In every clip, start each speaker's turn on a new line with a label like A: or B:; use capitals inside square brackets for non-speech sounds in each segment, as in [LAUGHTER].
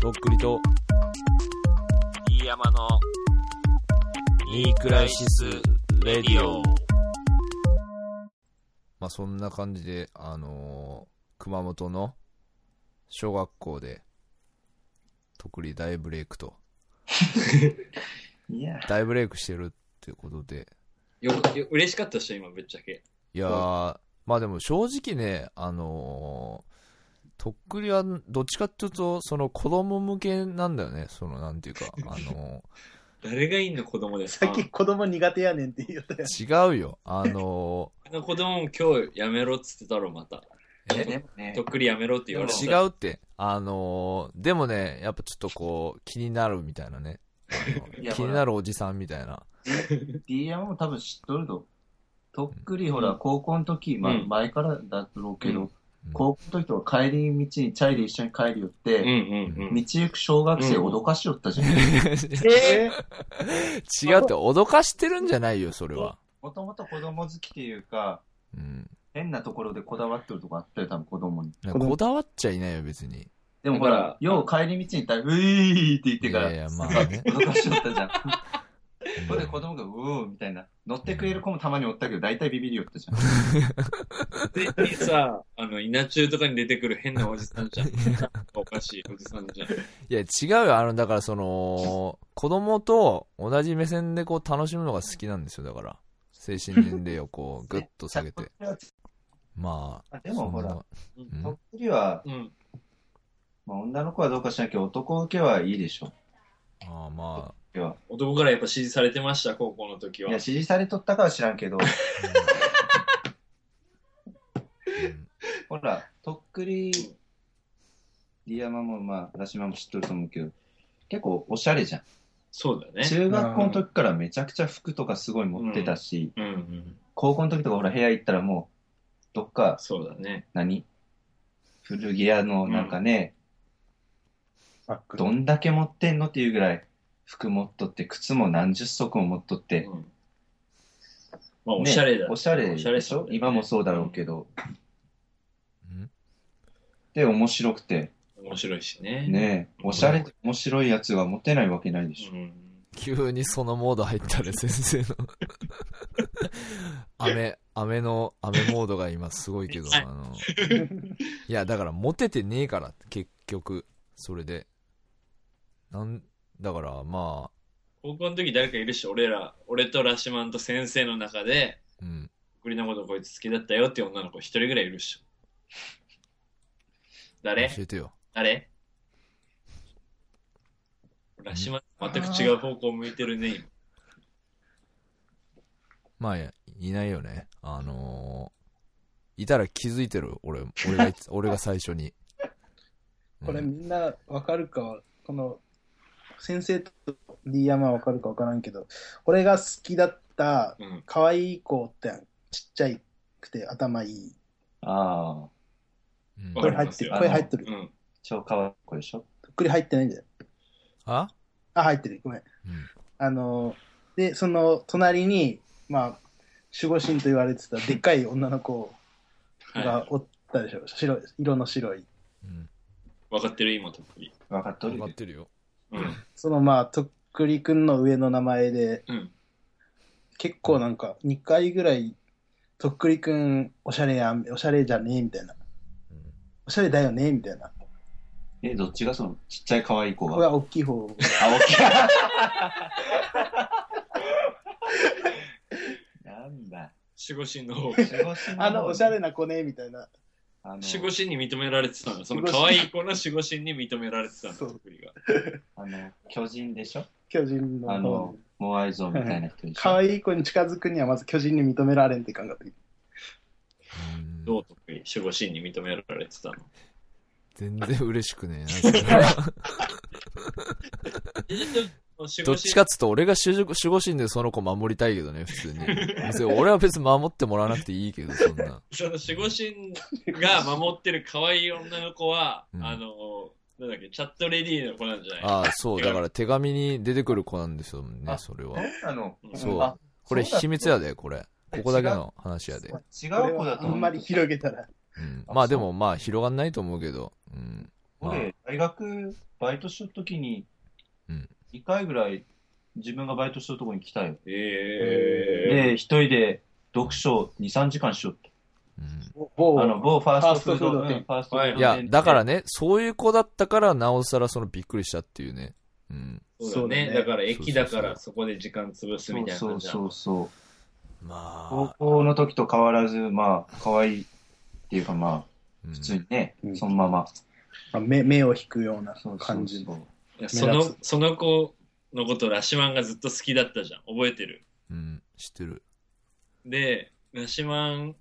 A: とっくりと
B: 飯山の
A: ニークライシスレディオまあそんな感じであのー熊本の小学校でとっくり大ブレイクと
C: いや。
A: 大ブレイクしてるってことで
D: よ、よ、嬉しかったっしょ、今、ぶっちゃけ。
A: いやー、まあでも正直ね、あのーとっくりはどっちかっていうと、その子供向けなんだよね、そのなんていうか、あの
D: 誰がいいの子供です
C: さ
D: か
C: っき子供苦手やねんって言ったやん。
A: ー違うよ、あの
D: あの子供も今日やめろっつってたろ、また。
A: ー
C: [LAUGHS]
A: え
C: でもね
D: とっくりやめろって言われて
A: 違
D: た。
A: うって、あのーでもね、やっぱちょっとこう、気になるみたいなね、あ
C: い
A: の
C: や
A: 気になるおじさんみたいな、
C: D 山も多分知っとるぞ。とっくり、ほら、高校の時、まあ、
D: うん
C: 前からだろうけど、
D: う
A: うん [LAUGHS]
C: 高校の時とか帰り道にチャリで一緒に帰り寄
D: う
C: っ
D: ん
C: て、
D: うんうん。
C: 道行く小学生
D: うん
C: 脅かしよったじゃん。 [LAUGHS]
D: え
A: 違うって、脅かしてるんじゃないよ、それは。
C: もともと子供好きっていうか、
A: うん、
C: 変なところでこだわってるとこあったよ、多分子供に。
A: こだわっちゃいないよ、別に。
C: でもほ
D: ほ
C: ら
D: ら、
C: よう帰り道に行ったら、うぃーって言って
A: い
C: から、
A: やいや、まあ
C: [LAUGHS]
A: ね。
C: 脅かしよっ
A: [LAUGHS]
C: たじゃん。それ
A: う
C: で
A: ん
C: 子供が、うおーみたいな。乗ってくれる子もたまにおったけど、大体ビビりよったじゃん。
D: で、さ、あの、稲中とかに出てくる変なおじさ
A: [LAUGHS]
D: んじゃん。おかしいおじさんじゃん。
A: いや、違うよ。あの、だからその、子供と同じ目線でこう楽しむのが好きなんですよ。だから、精神年齢を
C: [LAUGHS]
A: こう、ぐっと下げて。まあ、
C: でもほら、
A: そんな、
D: う
A: う
C: と
A: ん
C: っくりは、
D: うん。
C: まあ、女の子はどうかしなきゃ男受けはいいでしょ。
A: ああま
C: いや、
D: 男からやっぱ支持されてました、高校の時
C: い
D: は。
C: や支持されとったかは知らんけど、 [LAUGHS]
A: あ、うん
C: ほら、とっくり、リヤマも、まあ、私も知っとると思うけど、結構おしゃれじゃん。
D: そうだね。
C: 中学校の時からめちゃくちゃ服とかすごい持ってたし、
D: うんうん。
C: 高校の時とかほら、部屋行ったらもう、どっか、
D: そうだね。
C: 何古着屋のなんかね、どんだけ持ってんのっていうぐらい、服持っとって、靴も何十足も持っとって、
D: うん。まあ、おしゃれだ。
C: ねおしゃれ
D: おしゃれ
C: でし
D: さだ
C: ょ
D: よね
C: 今もそうだろうけど。
A: うん
C: で、面白くて、
D: 面白いしね。
C: ねえ、おしゃれで面白いやつが持てないわけないでしょ。
D: うん。
A: 急にそのモード入ったら先生の [LAUGHS] 雨、雨の、雨モードが今すごいけど、あの、いや、だからモテてねえから、結局、それで。なん、だからま
D: 高校の時誰かいるし、俺ら、俺とラシマンと先生の中で、
A: あ、うん。
D: 栗のことこいつ好きだったよっていう女の子一人ぐらいいるっしょ。誰
A: 教えてよ。
D: 誰ラシマン、全く違う方向向いてるね、今。
A: まあ、いやいないよね。あのーいたら気づいてる、俺、俺がいつ、俺が最初に。うん
E: [LAUGHS] これみんなわかるかはこの先生と D 山はわかるかわからんけど俺が好きだった
D: うん。
E: 可愛い子ってちっちゃいくて頭いい
C: ああ、
A: うん
D: わ
E: こ
D: か
E: れ
D: り
E: 入
D: ま
E: っ
D: す
E: てる
D: よ
E: 声入ってる
D: うん。
C: 超可愛い子でしょ。
E: とっくり入ってないんだよ
A: あ
E: あ入ってるごめん
A: うん
E: あのでその隣にまあ守護神と言われてたでっかい女の子
D: は
E: がおったでしょ、白い色の白い
A: うん。
D: い。わかってる、今、とっぷり。
C: 分かっとる
A: 分か
C: よ
A: っ。てるよ。
D: うん。
E: そのまあとっくりくんの上の名前で
D: うん。
E: 結構なんか2回ぐらいとっくりくんおしゃれやんおしゃれじゃねえみたいな
A: うん
E: おしゃれだよねみたいな
C: え、どっちがその、ちっちゃい可愛い子が。
E: ここが大きい方
C: あ、大きい。 [LAUGHS] なんだ。
D: 守護神の
C: [LAUGHS]
D: 方。
C: 守護神の
E: あのおしゃれな子ねみたいな
C: あの
D: 守護神に認められてたの。その
E: 守護
D: 可
E: 神
D: 愛い子の守護神に認められてたの、
E: そ
D: と
E: う
D: っぷりが。
C: あの、巨人でしょ
E: 巨人の
C: あの、モアイ像みたいな人でしょ。
E: 可愛い子に近づくにはまず巨人に認められんって感覚
A: うん
D: どうとっくり、守護神に認められてたの。
A: 全然嬉しくねえ
C: [LAUGHS]
A: なそれは。どっちかっつうと、俺が守護守護神でその子守りたいけどね、普通に。別に俺は別に守ってもらわなくていいけど、そんな。
D: その守護神が守ってる可愛い女の子は、
A: うん
D: あの、なんだっけ、チャットレディーの子なんじゃない
A: ああ、そう、だから手紙に出てくる子なんですよね、それは。
C: あの
A: そう
C: あ
A: これ
C: そうだ
A: 秘密やで、これ。ここだけの話やで。
C: 違
E: これ
C: う子だ
E: は
C: と
E: あんまり広げたら
A: うん
C: あ
A: まあ
C: そ
A: で
C: う
A: もまあ広がんないと思うけど、うん、まあ
C: 俺、大学、バイトしとるときに
A: うん、
C: 2回ぐらい自分がバイトしとるとこに来たよ。
D: ええ
C: で、一人で読書2、3時間しよっ
A: うん
E: 某
C: と。あの、某ファーストフード、
E: フ
C: う
E: ァーストフード店
C: んファーストフード
D: う
C: 店
D: ん
A: いや、だから
C: ね、
A: ね、そういう子だったから、なおさらそのびっくりしたっていうね。うん。
D: そうだね。
E: そうだね
D: だから駅だからそこで時間潰す
C: そ
D: み
C: う
D: たいな
C: そ
D: 感
C: う
D: じだ。
C: そうそう。高
A: まあ、
C: 校の時と変わらず、まあ、可愛いっていうか、まあ、
A: うん
C: 普通にね、
E: うん
C: そのまま。
E: まあ目目を引くような
C: そうそうそう
E: 感じの。
D: いやそ
E: 目
D: の
E: 立、
D: その子のことラシマンがずっと好きだったじゃん。覚えてる。
A: うん、知ってる。
D: で、ラシマン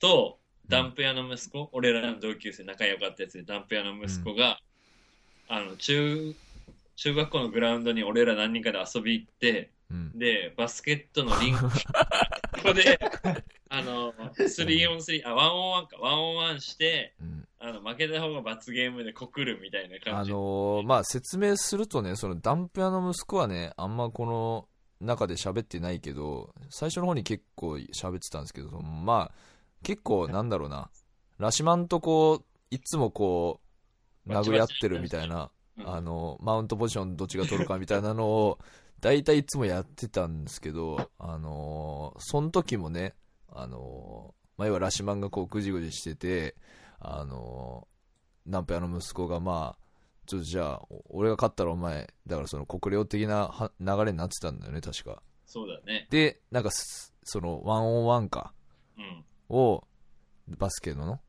D: とダンプ屋の息子、俺らの同級生仲良かったやつでダンプ屋の息子が、あの、中、中学校のグラウンドに俺ら何人かで遊び行って、
A: うん。
D: で、バスケットのリンク、ここで、あの、3on3、あ、1on1 か、1on1 して、
A: うん、
D: あの、負けた方が罰ゲームで告るみたいな
A: あ
D: 感じ。
A: のーまあ説明するとね、そのダンプ屋の息子はね、あんまこの中で喋ってないけど、最初の方に結構喋ってたんですけど、まあ、結構なんだろうな、ラシマンとこう、いつもこう、殴り合ってるみたいな、
D: うん
A: あの、マウントポジションどっちが取るかみたいなのを、大体いつもやってたんですけど、あのーその時もね、あのーまあ、要はラシマンがこうぐじぐじしてて、あのーナンペアの息子がまあ、ちょっとじゃあ、お俺が勝ったらお前、だからその国領的なは流れになってたんだよね、確か。
D: そうだね。
A: で、なんかす、その、ワンオンワンか、
D: うん。
A: を、バスケのの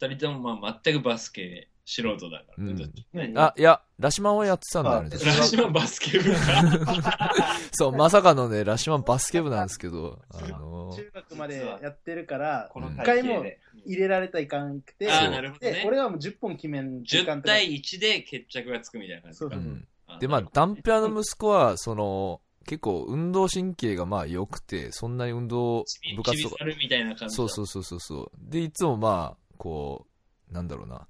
D: 二人ともまあ全くバスケ素人だからね。
A: うん
D: どっち
A: あ、いや、ラシマンをやってたんだよね、確か
D: ラジマンバスケ
A: [LAUGHS]
D: 部か。
A: そう、まさかのね、ラシマンバスケ部なんですけど、あのー
E: 中学までやってるから
C: この
A: 一
E: 回
C: 回
E: も
C: も、
E: 入れられたらいかんくて、
D: ああ、なるほど
E: で
D: ね。
E: 俺はもう10本決めん時間
D: 10
E: とか
D: 対1で決着がつくみたいな感じ
E: そう
A: う、
E: そうん
D: か。
A: で、まあ、ダンペアの息子は、その、結構運動神経がまあ良くて、そんなに運動、部活と
D: 部活とか
A: か。。
D: ちびちびさるみたいな感じだ。
A: そうそううそうそうそう。で、いつもまあ、こう、なんだろうな、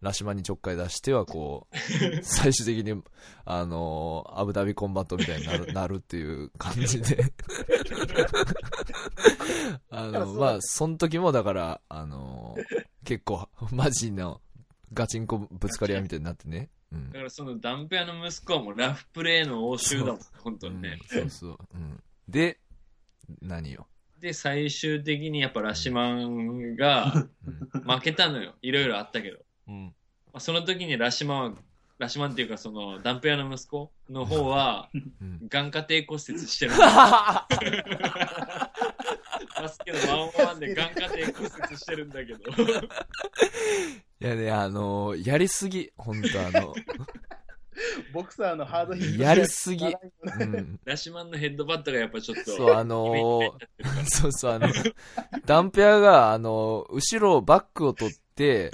A: ラシマンにちょっかい出しては、こ
D: [LAUGHS]
A: う、最終的に、あのーアブダビコンバットみたいにな
D: [LAUGHS]
A: るなるっていう感じで。あ
E: だから
A: の、
E: そう
A: まあ、その時もだから、あのー結構、マジのガチンコぶつかり合いみたいになってね。うん
D: だ。からそのダンペアの息子はもうラフプレーの応酬だもん、本当にね。
A: うんそうそう。うん、で、何よ。
D: で、最終的にやっぱラシマ
A: [LAUGHS]
D: ンが
A: うん
D: 負けたのよ。いろいろあったけど。 [LAUGHS]
A: うん。
D: まあその時にラシマンは、ラシマンっていうかそのダンペアの息子の方は、 [LAUGHS]
A: うん。 [LAUGHS]
D: 眼下底骨折してる。バスケのワンオンワンで眼下底骨折してるんだけ
A: [LAUGHS]
D: ど。
A: いやね、あのーやりすぎ。本当あ
D: [LAUGHS]
A: の、
E: ボクサーのハードヒット
A: やりすぎ
E: 習い
A: うん。
D: ラシマンのヘッドバットがやっぱちょっと。
A: そう、あの
D: [LAUGHS]
A: ー
D: イメージになっち
A: そ
D: ゃってるから
A: うそう、あの、ダンペアが、あの、後ろをバックを取って、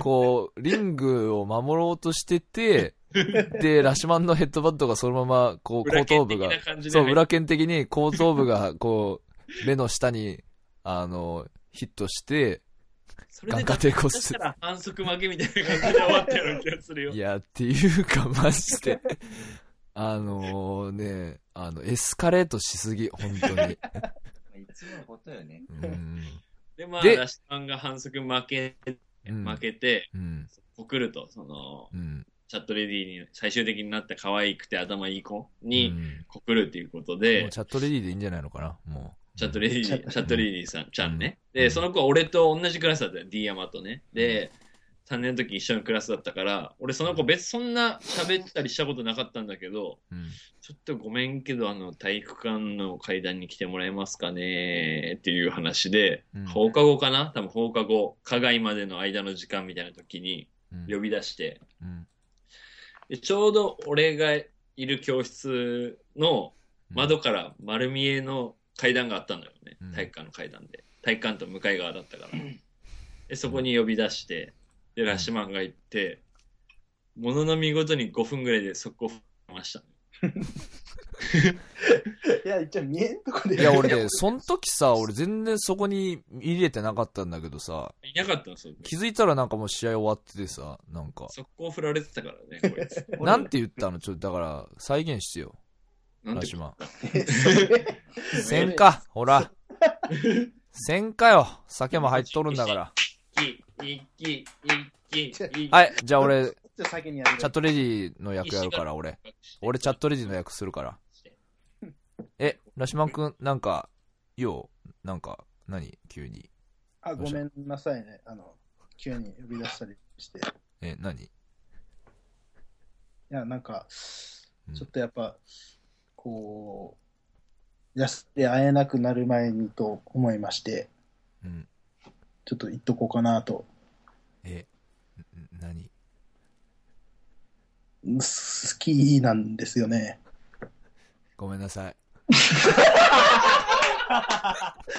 A: こう、リングを守ろうとしてて、で、ラシマンのヘッドバットがそのまま、こう、後頭部が
D: 裏剣的な感じ、で
A: そう、裏剣的に後頭部が、こう、目の下に、あの、ヒットして、
D: それ
A: 眼
D: で
A: 下
D: だ
A: 抵抗
D: そし
A: して
D: た、ら反則負けみたいな感じで終わったような気がするよ
A: い。や、っていうか、 [LAUGHS] マジで。あのね、あの、エスカレートしすぎ、本当
D: [LAUGHS]
A: に。
C: いつものことよね。
A: うん。
D: で、まあ、
A: で
D: ラシマンが反則負け、
A: うん
D: 負けて、
A: うん。
D: 送ると、その、
A: うん。
D: チャットレディに最終的になった可愛くて頭いい子
A: う
D: に、
A: ん
D: 告るっていうこと
A: も
D: で
A: う、チャットレディでいいんじゃないのかなもう。
D: チャットレディ、チ
E: チャッ
D: ャットレディさん、ちゃんね。
A: うん
D: で、その子は俺と同じクラスだったよ、D 山とね。で、3年の時一緒のクラスだったから、俺その子別にそんな喋ったりしたことなかったんだけど、
A: うん
D: ちょっとごめんけど、あの、体育館の階段に来てもらえますかねっていう話で、
A: うん
D: 放課後かな多分放課後、課外までの間の時間みたいな時に
A: うん
D: 呼び出して、
A: うん
D: でちょうど俺がいる教室の窓から丸見えの階段があったんだよね、
A: うん
D: 体育館の階段で体育館と向かい側だったから、でそこに呼び出してでラッシュマンが行ってものの見事に5分ぐらいで速攻振りましたね
E: いや、一応見えんとこで。
A: いや、
E: [LAUGHS]
A: 俺ね、その時さ、俺全然そこに入れてなかったんだけどさ、
D: いなかったのその時
A: 気づいたらなんかもう試合終わっててさ、なんか、
D: 速攻振られてたからね
A: [LAUGHS]
D: こいつ
A: なんて言ったのちょっとだから、再現してよ、
D: なん
A: ラ
D: で
A: シマ
E: れ
A: ン。せんか、ほら。せんかよ、酒も入っとるんだから。
D: 一気一気一いい、いい。
A: はい、じゃあ俺、
E: じゃあ先にやる。
A: チャットレディの役やるから、俺。俺、チャットレディの役するから。え、ラシマンくん、なんか、よう、なんか、何急に。
E: あ、ごめんなさいね。あの、急に呼び出したりして。い
A: え、何
E: や、なんか、ち
A: うん
E: ょっとやっぱ、こう、痩せて会えなくなる前にと思いまして、
A: うん。
E: ちょっと言っとこうかなと。
A: え、ん何
E: 好きなんですよね。
A: ごめんなさい。 [LAUGHS] [LAUGHS]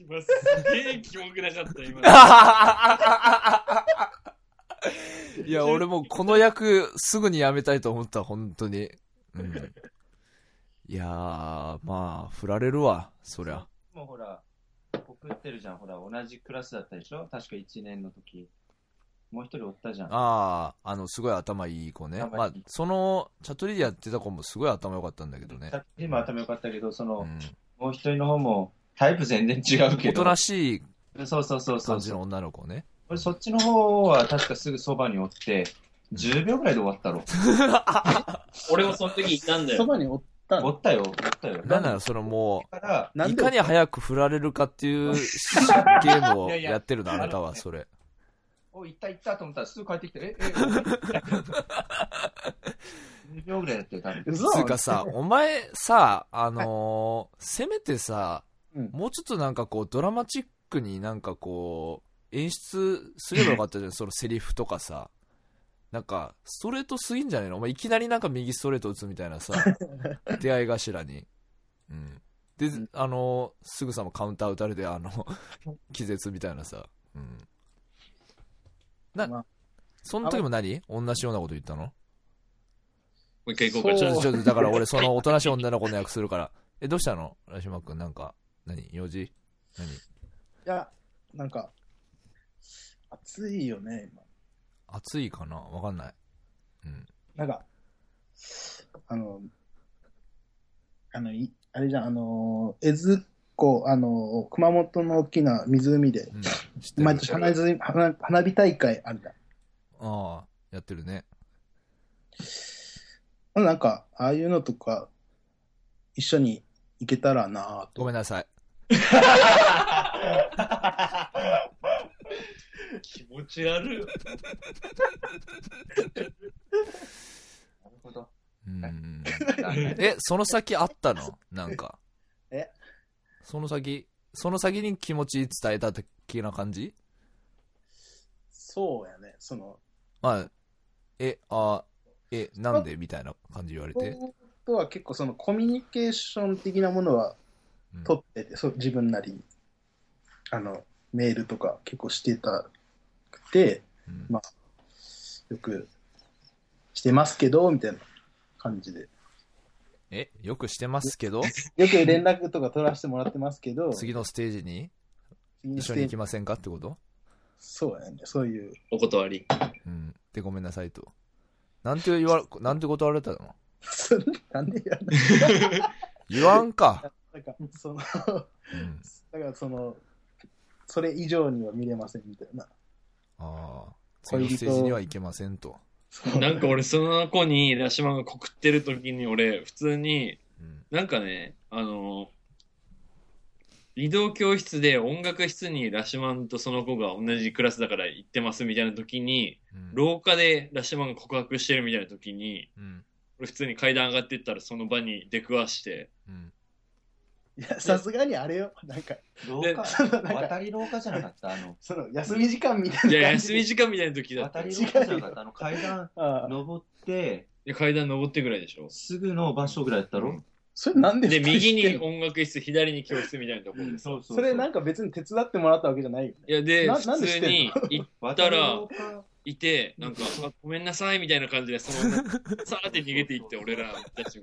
D: 今すげえキモくなかった、今。
A: いや、俺もうこの役、すぐにやめたいと思った、本当に。うん。いやー、まあ、振られるわ、そりゃ。
C: もうほら、告ってるじゃん。ほら、同じクラスだったでしょ確か1年の時。もう一人おったじゃん。
A: ああ、あの、すごい頭いい子ね。
C: 頭
A: ま
C: いい
A: あ、その、チャットリディやってた子もすごい頭良かったんだけどね
C: さ。っきも頭良かったけど、その、
A: うん
C: もう一人の方もタイプ全然違うけ
A: お
C: ど。
A: となしい
C: そうそうそうそ
A: 感
C: う
A: じ
C: そう
A: の。女の子ね。
C: 俺そっちの方は確かすぐそばにおって、10秒ぐらいで終わったろ。
D: 俺もその時いたんだ
E: そ
D: よ。
E: ばにおった
C: お
E: の
C: ったよ、おったよ。
A: なんなら、そのも
C: から、
A: う、い
E: で
A: かに早く振られるかっていうゲームをやってるの、あなたは、それ。
C: おい、行った行ったと思ったらすぐ帰ってきて、え、え、10秒ぐらいだったよ、多分。
E: 嘘
A: つうか
E: [LAUGHS]
A: さ、お前さ、あのーせめてさ、
E: うん
A: もうちょっとなんかこう、ドラマチックになんかこう、演出すればよかった
E: [LAUGHS]
A: じゃん、そのセリフとかさ。なんか、ストレートすぎんじゃねえのお前いきなりなんか右ストレート打つみたいな
E: [LAUGHS]
A: さ、出会い頭に。うん。で、
C: ん
A: あのーすぐさまカウンター打たれて、あ
E: [LAUGHS]
A: の、気絶みたいなさ。うん。な、
E: まあ
A: その時も何同じようなこと言ったの
D: もう一回行こうか、
E: そう
D: ちょ
A: ち
D: っと
A: ょっとだから俺そのおとなしい女の子の役するから。え、どうしたのラシマ君なんか、何用事何
E: いや、なんか、暑いよね、今。
A: 暑いかなわかんない。うん。
E: なんか、あの、あの、いあれじゃん、あの、江津湖、あの、熊本の大きな湖で、
A: うん、知ってる。
E: 毎年花火花花火大会あるじ
A: ああ、やってるね。
E: ゃん。なんか、ああいうのとか、一緒に行けたらなぁ
A: ご
E: と。
A: めんなさい。
D: 気持ち悪い。
C: なるほど。
A: うん。
E: [LAUGHS]
C: え
A: え、その先あったのなんか。
E: え
A: その先、その先に気持ち伝えた的な感じ
E: そうやね、その、
A: まあ、え、あえ、なんでみたいな感じ言われて。
E: とは結構そのコミュニケーション的なものは
A: うん
E: 取ってて、そう自分なりに、あの、メールとか結構してたくて、
A: うん
E: まよくしてますけど、みたいな感じで。
A: え、よくしてますけど、
E: よく連絡とか取らせてもらってますけど、
A: 次のステージに
E: 次の
A: 一
E: ス
A: 緒
E: テ
A: に行
E: ージ
A: きませんかってこと
E: そうやね、そういう。 [LAUGHS]
D: お断り。
A: うん。で、ごめんなさいと。なんて言わ、なんて断られたの
E: それなんでやんの
A: 言わんか。
E: なんか、その、だ [LAUGHS]
A: うん。
E: からその、それ以上には見れませんみたいな。
A: ああ。次の
E: 恋人
A: ステージには行けませんと。
E: [LAUGHS] そう
D: なんか俺、その子に、ラシマンが告ってる時に、俺、普通に、
A: うん。
D: なんかね、あの、移動教室で音楽室にラシマンとその子が同じクラスだから行ってますみたいな時
A: う
D: に、
A: ん
D: 廊下でラシマンが告白してるみたいな時に、
A: うん。
D: 俺普通に階段上がってったらその場に出くわして、
A: うん。
E: いや、さすがにあれよ、なんか、
C: 廊
D: で
C: 下、
E: そのなん
C: 渡
E: か、
C: り廊下じゃなかったあの、
E: その休み時間みたい
D: い
E: な [LAUGHS]
D: や、
E: 感
D: 休
E: じで。
D: み時間みたいな時だった
C: 渡
D: よ。
C: り廊下じゃなかったあの、階段
E: ああ
C: 登って、
D: いや階段登ってぐらいでしょ。
C: すぐの場所ぐらいだったろ
E: それなんで
D: で、右
E: 知って
D: に
E: んの
D: 音楽室、左に教室みたいなところです。
C: そうそ
E: それなんか別に手伝ってもらったわけじゃないよね。
D: いや、で、
E: な
D: 普
E: なんで知
D: 通
E: ってん [LAUGHS]
D: にい
C: 渡り廊下
D: いて、なんか、あごめんなさいみたいな感じで、その、さーって逃げていって、俺らたち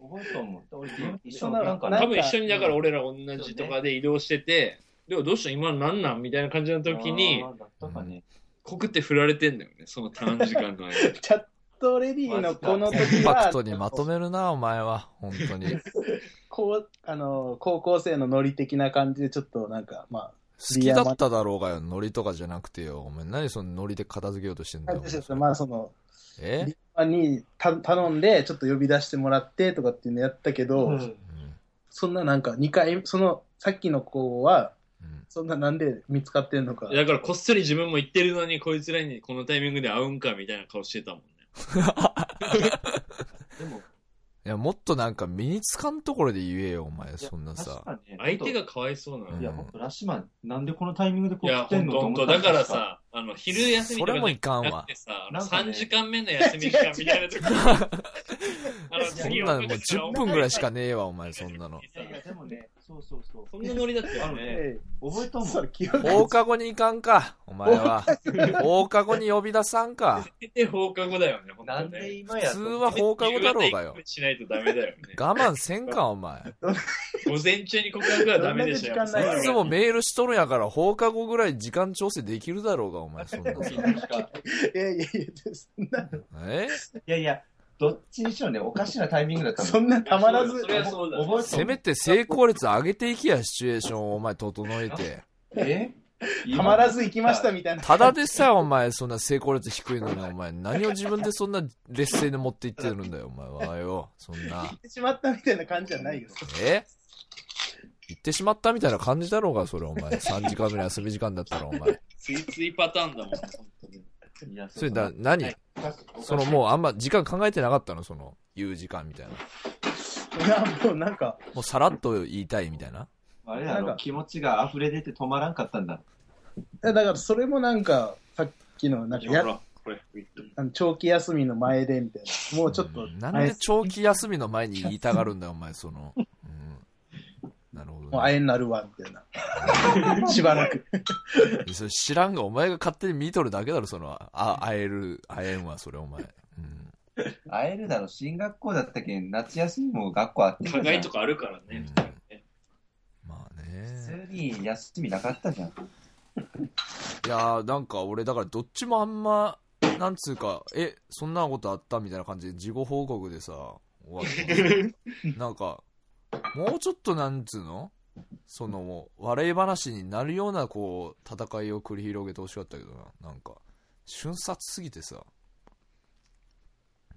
D: も。
C: 覚えたもん。俺、一
E: そ
C: 緒
E: んなの
C: なんか
E: な
D: 多
E: い
D: 分一緒に、だから俺ら同じとかで移動してて、でもどうした今なんなんみたいな感じの時に
C: あ、ーだったかね。
D: 告って振られてんだよね、その短時間の間。
C: [LAUGHS]
E: チャットレディのこの時
A: コン
E: は、
A: パクトにまとめるな、お前は。本当に。
E: こうあの高校生のノリ的な感じでちょっとなんかまあ
A: 好きだっただろうがよ、ノリとかじゃなくてよ。お前何そのノリで片付けようとしてんだよ。
E: まあ、その、
A: え
E: リマにた頼んで、ちょっと呼び出してもらってとかっていうのやったけど、
A: う
E: そんななんか2回、その、さっきの子は、
A: ん
E: そんななんで見つかってんのか。
D: だからこっそり自分も言ってるのに、こいつらにこのタイミングで会うんかみたいな顔してたもんね。
C: でも、
A: いや、もっとなんか身につかんところで言えよ、お前。
C: いや
A: そんなさ
C: 確。かにね
D: 相手がかわいそうなの。
A: うん
C: い
D: い
C: や、僕、ラッシュマン、なんでこのタイミングでこう
D: や、
C: 来て
D: ほ
C: ん
D: ん
C: の
D: と
C: と
D: ほん
C: 思
D: と。
C: った
D: だ
C: ん
D: から
C: ですよ、
D: さ、あの、昼休
A: そ
D: みとか
A: れもいかん
D: な
A: わ
D: く。てさ、あの
C: なんかね
D: 3時間目の休み時間みたいな時
A: [LAUGHS]
D: に、あの、
A: そんなのもう10分ぐらいしかねえわ、お前、そんなの。
C: いやいや、でもね、そうそうそう。
D: そんなノリだったよね。
E: え
C: 覚えと
E: え
C: んも
E: それ
C: ん。
E: 記憶
A: 放課後に行かんか、お前は。放課後に呼び出さんか。
D: で、放課後だよね、ほん
C: な
D: と
C: んで
D: ね。
C: 今
A: 普
C: や
A: 通
C: と
A: は放課後だろうがよ
D: 夕方。しないとダメだよね。
A: 我慢せんか、お前。
D: 午前中に告白はダメでしょ。
E: どんだけ時間ない
A: いつもメールしとるんやから、放課後ぐらい時間調整できるだろうが、お前、そんなさ。
E: いやいやいや、そんな、
A: え
C: いやいや、どっちにしろね、おかしなタイミングだったの。
E: そんなたまらず
D: そ、れはそうだね。
C: 覚え
A: せめて成功率上げていきや、シチュエーションをお前整えて。
C: え
E: たまらず行きましたみたいな。
A: ただでさえお前、そんな成功率低いのに、お前、何を自分でそんな劣勢で持っていってるんだよ、お前はよ。そんな
E: 行。ってしまったみたいな感じじゃないよ。
A: え行ってしまったみたいな感じだろうが、それ、お前。3時間ぐらい遊び時間だったら、お前。
D: ついついパターンだもん、ほんとに。
C: いや
A: それだ、何、その、もうあんま時間考えてなかったのその、言う時間みたいな。
E: いや、もうなんか、
A: もうさらっと言いたいみたいな。
C: あれだ
E: なん
C: ろ
E: か、
C: 気持ちが溢れ出て止まらんかったんだ。
E: いやだからそれもなんか、さっきの、なんかや、
D: ほら、これ、言って
E: あの長期休みの前でみたいな。もうちょっと、
A: なんで長期休みの前に言いたがるんだよ、お前、その。うん。なるほ
E: もう
A: ど、
E: あ
A: ね。
E: えになるわ、みたいな。 [LAUGHS] しばらく。
A: それ知らんが、お前が勝手に見とるだけだろ、その、あ、会える、会えんわ、それ、お前。うん。
C: 会えるだろ、新学校だったけん、夏休みも学校あってたじゃん
D: 互いとかあるから
A: うん
D: ね。
A: まあ
C: 普
A: ね。
C: 通に休みなかったじゃん。
A: いやー、なんか俺、だからどっちもあんま、なんつうか、え、そんなことあったみたいな感じで、事後報告でさ、終わった。なんか、もうちょっとなんつうのその、笑い話になるような、こう、戦いを繰り広げてほしかったけどな。なんか、瞬殺すぎてさ。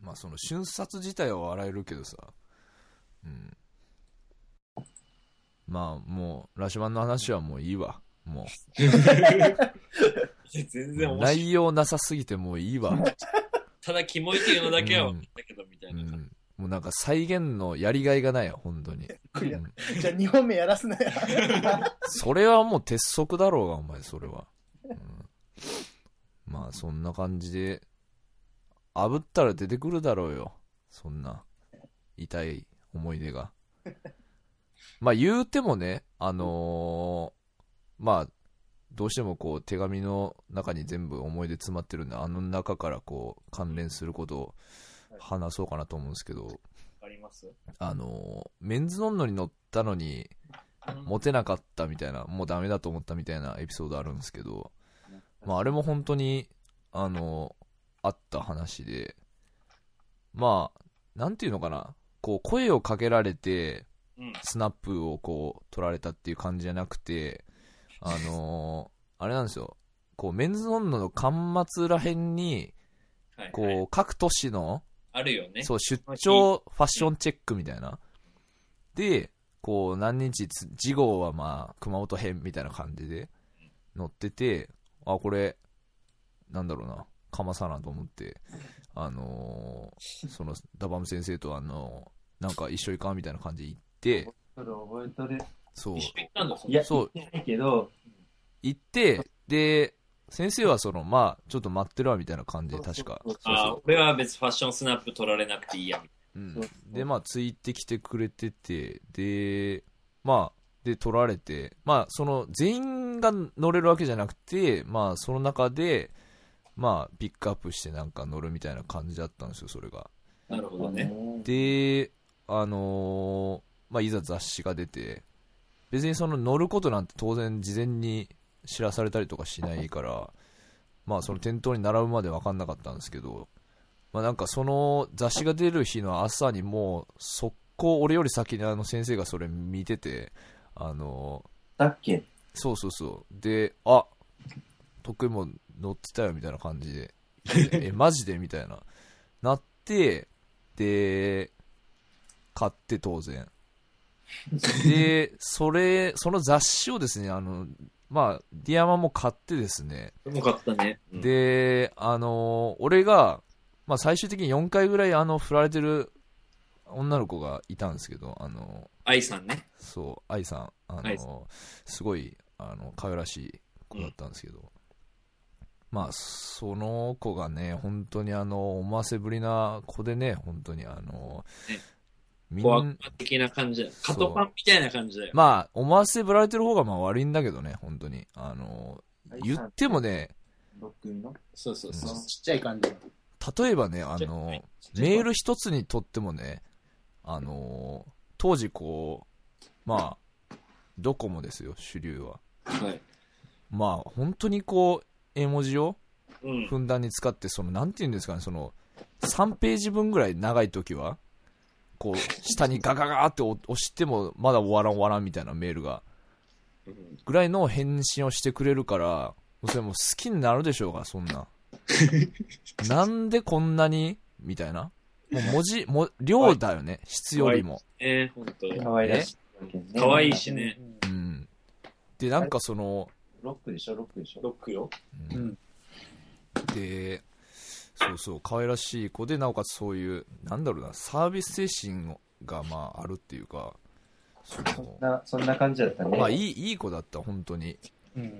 A: まあ、その、瞬殺自体は笑えるけどさ。うん。まあ、もう、ラシマンの話はもういいわ。もう。
C: [LAUGHS]
D: 全然面白い。
A: 内容なさすぎてもういいわ、
D: ただ、キモいっていうのだけは分かったけど、みた
A: う
D: いな感
A: ん、もうなんか再現のやりがいがないよ本当に、うん
E: じゃあ2本目やらすなよ。
A: それはもう鉄則だろうがお前それは、うんまあそんな感じで炙ったら出てくるだろうよそんな痛い思い出がまあ言うてもねあのーまあどうしてもこう手紙の中に全部思い出詰まってるんであの中からこう関連することを話そうかなと思うんですけど
D: じあります。
A: あのーメンズノンノに乗ったのにモテなかったみたいなもうダメだと思ったみたいなエピソードあるんですけど、まあ、あれも本当にあのあった話でまあなんていうのかなこう声をかけられて
D: うん
A: スナップをこう取られたっていう感じじゃなくてあのーあれなんですよこうメンズノンノの端末らへんに
D: はい
A: こ
D: はいう
A: 各都市の
D: あるよね。
A: そう、出張ファッションチェックみたいな。で、こう、何日つ、次号はまあ、熊本編みたいな感じで、載ってて、あ、これ、なんだろうな、かまさなと思って、あのーその、ダバム先生とあのーなんか一緒行かんみたいな感じで行って、
C: それ覚えとる。
A: そう、
D: 一緒に行ったんだ、その
C: いや、
A: そう
C: 言ってないけど、
A: 行って、で、先生はその、まあ、ちょっと待ってるわみたいな感じで、確か。
C: そうそう
D: あー俺は別にファッションスナップ取られなくていいや、み
A: うん
C: そうそ、う
A: でまあついてきてくれててでまあで取られてまあその全員が乗れるわけじゃなくてまあその中でまあピックアップしてなんか乗るみたいな感じだったんですよそれが
D: たいな。なるほどね。。
A: であのーまあいざ雑誌が出て別にその乗ることなんて当然事前に知らされたりとかしないからまあその店頭に並ぶまで分かんなかったんですけどまあなんかその雑誌が出る日の朝にもう速攻俺より先にあの先生がそれ見ててあのー
C: だっけ
A: そうそうそう。で、あ、得意も乗ってたよみたいな感じで、
D: [LAUGHS]
A: え、マジでみたいな。なって、で、買って当然。で、それ、その雑誌をですね、あの、まあ、ディアマも買ってですね、
D: うまかったね。うん、
A: で、あの、俺が、まあ最終的に4回ぐらい、あの、振られてる女の子がいたんですけど、あの、
D: 愛さんね。
A: そう、愛さん、あ
D: 愛さ
A: の、すごい、あの、可愛らしい子だったんですけど、まあ、その子がね、本当にあの、思わせぶりな子でね、本当にあの
D: ね、
A: み
D: コア
A: ん、
D: 的な感じだよ。
A: そ
D: カ
A: う
D: トパンみたいな感じだよ。
A: まあ、思わせぶられてる方がまあ悪いんだけどね、本当に。あの、言ってもね、
C: 六組の
D: そうそう
A: う
D: そう。
E: ちっちゃい感じの。
A: 例えばね、あ
D: ちっちゃい
A: の、
D: はい
A: メール一つにとってもね、あの、当時こう、まあ、ドコモですよ、主流は。
D: はい。
A: まあ、本当にこう、絵文字を
D: うん。
A: ふんだんに使って、その、なんていうんですかね、その、3ページ分ぐらい長い時は、こう、下にガガガーって押押しても、まだ終わらん終わらんみたいなメールが、
D: うん
A: ぐらいの返信をしてくれるから、それもう好きになるでしょうが、そんな。なんでこんなにみたいな。もう文字、も量だよね、質よりも。
D: えー、ほんと。
C: 可愛らしいわけね。
D: 可愛いしね。
A: うん。で、なんかその、
C: ロックでしょ、ロックでしょ。
D: ロックよ。
A: う
E: うんん、
A: でそうそう可愛らしい子でなおかつそういうなんだろうなサービス精神がまああるっていうかそ
C: そん
A: の
C: な、そんな感じだったね。
A: まあいいいい子だった本当に
E: うん。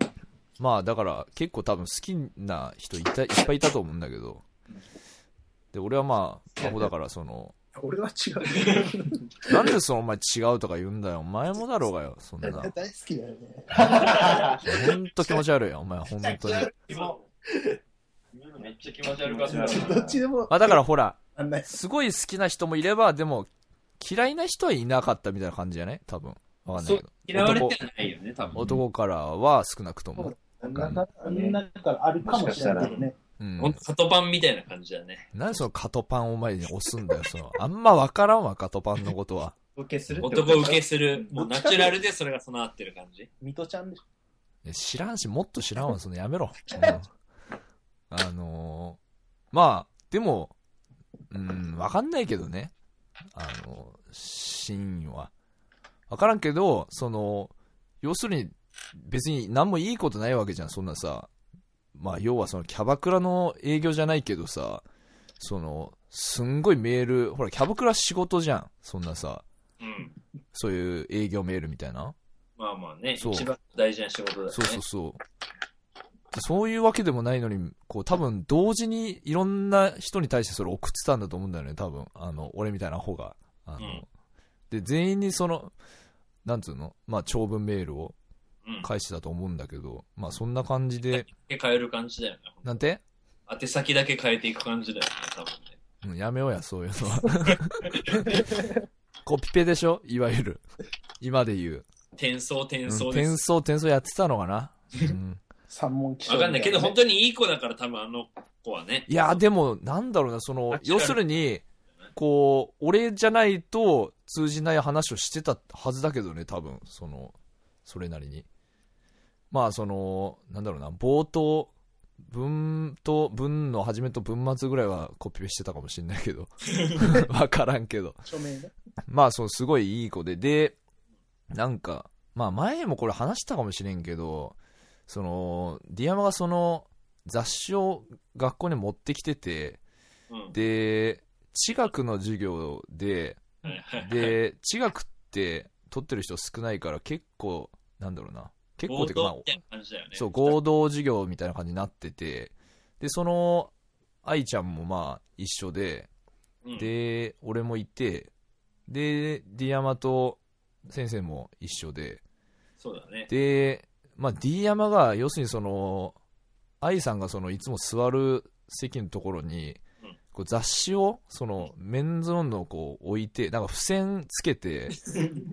A: まあだから結構多分好きな人いたいっぱいいたと思うんだけどで俺はまあアホだからその
E: 俺は違う。
A: なんでそのお前違うとか言うんだよお前もだろうがよそんな
E: [LAUGHS] 大好きだよ
A: ほ
E: ね。
A: んと気持ち悪いよお前本当に
D: 今、今のめっちゃ気持ち
C: 悪かった
E: どっちでも
A: まあだからほら
E: あんない。
A: すごい好きな人もいれば、でも、嫌いな人はいなかったみたいな感じじゃない多分。わかんないけど。
D: 嫌われてはないよね、多分。
A: 男からは少なくとも。
C: そんな感
E: あ
C: じだ
E: ん
C: ね。
E: なからあるかもしれないけどね。
A: うん。
D: ほんと、カトパンみたいな感じだね。
A: なんでそのカトパンを前に押すんだよ、その。あんまわからんわ、カトパンのことは。
C: 受けするってこと
D: 男受
C: [LAUGHS]
D: けする、もうナチュラルでそれが備わってる感じ。
E: ミトちゃんでしょ。
A: いや知らんし、もっと知らんわ、そのやめろ。うんあのーまあ、でも、うん、わかんないけどね。あのー真意は。わからんけど、その、要するに、別に何もいいことないわけじゃん、そんなさ。まあ、要はそのキャバクラの営業じゃないけどさ、その、すんごいメール、ほら、キャバクラ仕事じゃん、そんなさ。
D: うん。
A: そういう営業メールみたいな。
D: まあまあね、
A: そう
D: 一番大事な仕事だよね。
A: そうそうそう。そういうわけでもないのに、こう、多分同時にいろんな人に対してそれ送ってたんだと思うんだよね、多分。あの、俺みたいな方が。あの、
D: うん
A: で、全員にその、なんつうのまあ、長文メールを
D: うん。
A: 返してたと思うんだけど、まあ、そんな感じで、
D: 変える感じだよね。
A: なんて
D: 宛先だけ変えていく感じだよね、多分ね。
A: うんやめようや、そういうのは。 [LAUGHS] コピペでしょいわゆる。今で言う。
D: 転送、
A: う
D: 転
A: ん
D: 送で
A: 転
D: す。
A: 送、転送やってたのかな、 [LAUGHS] うん
E: 三問記
D: わ、かんないけど、本当にいい子だから、多分あの子はね。
A: いや、でも、なんだろうな、その
D: あ、
A: 要するに、こう、俺じゃないと通じない話をしてたはずだけどね、多分、その、それなりに。まあ、その、なんだろうな、冒頭、文と、文の始めと文末ぐらいはコピペしてたかもしれないけ
D: [LAUGHS]
A: ど、わからんけど。
E: 署名ね。
A: まあ、そう、すごいいい子で、で、なんか、まあ、前もこれ話したかもしれんけど、その、ディアマがその、雑誌を学校に持ってきてて、
D: うん、
A: で、地学の授業で、
D: はいはい
A: で、地学って取ってる人少ないから結構、なんだろうな。結構
D: 冒
A: てか、まあ
D: 頭みたいな感じだよね。
A: そう、合同授業みたいな感じになってて、で、その、愛ちゃんもまあ一緒で、
D: うん、
A: で、俺もいて、で、ディアマと先生も一緒で、
D: そうだね。
A: で、まあ、D 山が、要するにその、愛さんがそのいつも座る席のところに
D: うん、
A: こう雑誌を、その、メンズノンノをこう置いて、なんか付箋つけて、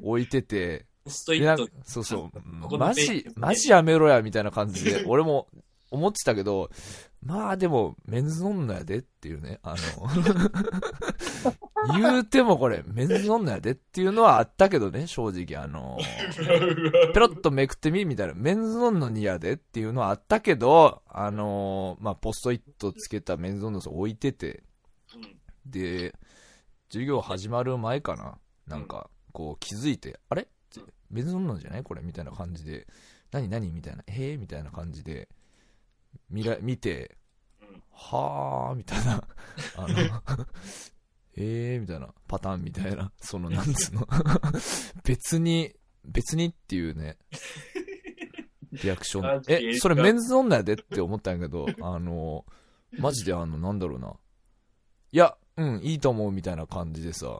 A: 置いてて、
D: ポストイ
A: でな
D: ッ
A: ん
D: ト
A: か、そうそう
D: こ、の
A: マ
D: ページ
A: [LAUGHS] ジ、マジやめろや、みたいな感じで、俺も思ってたけど、まあでも、メンズ飲んやでっていうね、あの、 [LAUGHS] 言うてもこれ、メンズ飲んやでっていうのはあったけどね、正直、あの、ペロッとめくってみみたいな、メンズ飲んのにやでっていうのはあったけど、あの、まあ、ポストイットつけたメンズ飲んの置いてて、
D: うん
A: で、授業始まる前かな、なんか、こう気づいて、あれってメンズ飲んのじゃないこれみたいな感じで、何何みたいな、へえみたいな感じで、見ら、見て、
D: うん
A: はあみたいなあのえーみたいなパターンみたいなそのなんつうの別に別にっていうねリアクショ
D: マ
A: ン
D: ジ
A: えそれ
D: か
A: メンズ女やでって思ったんやけどあのマジであのなんだろうないやうんいいと思うみたいな感じでさ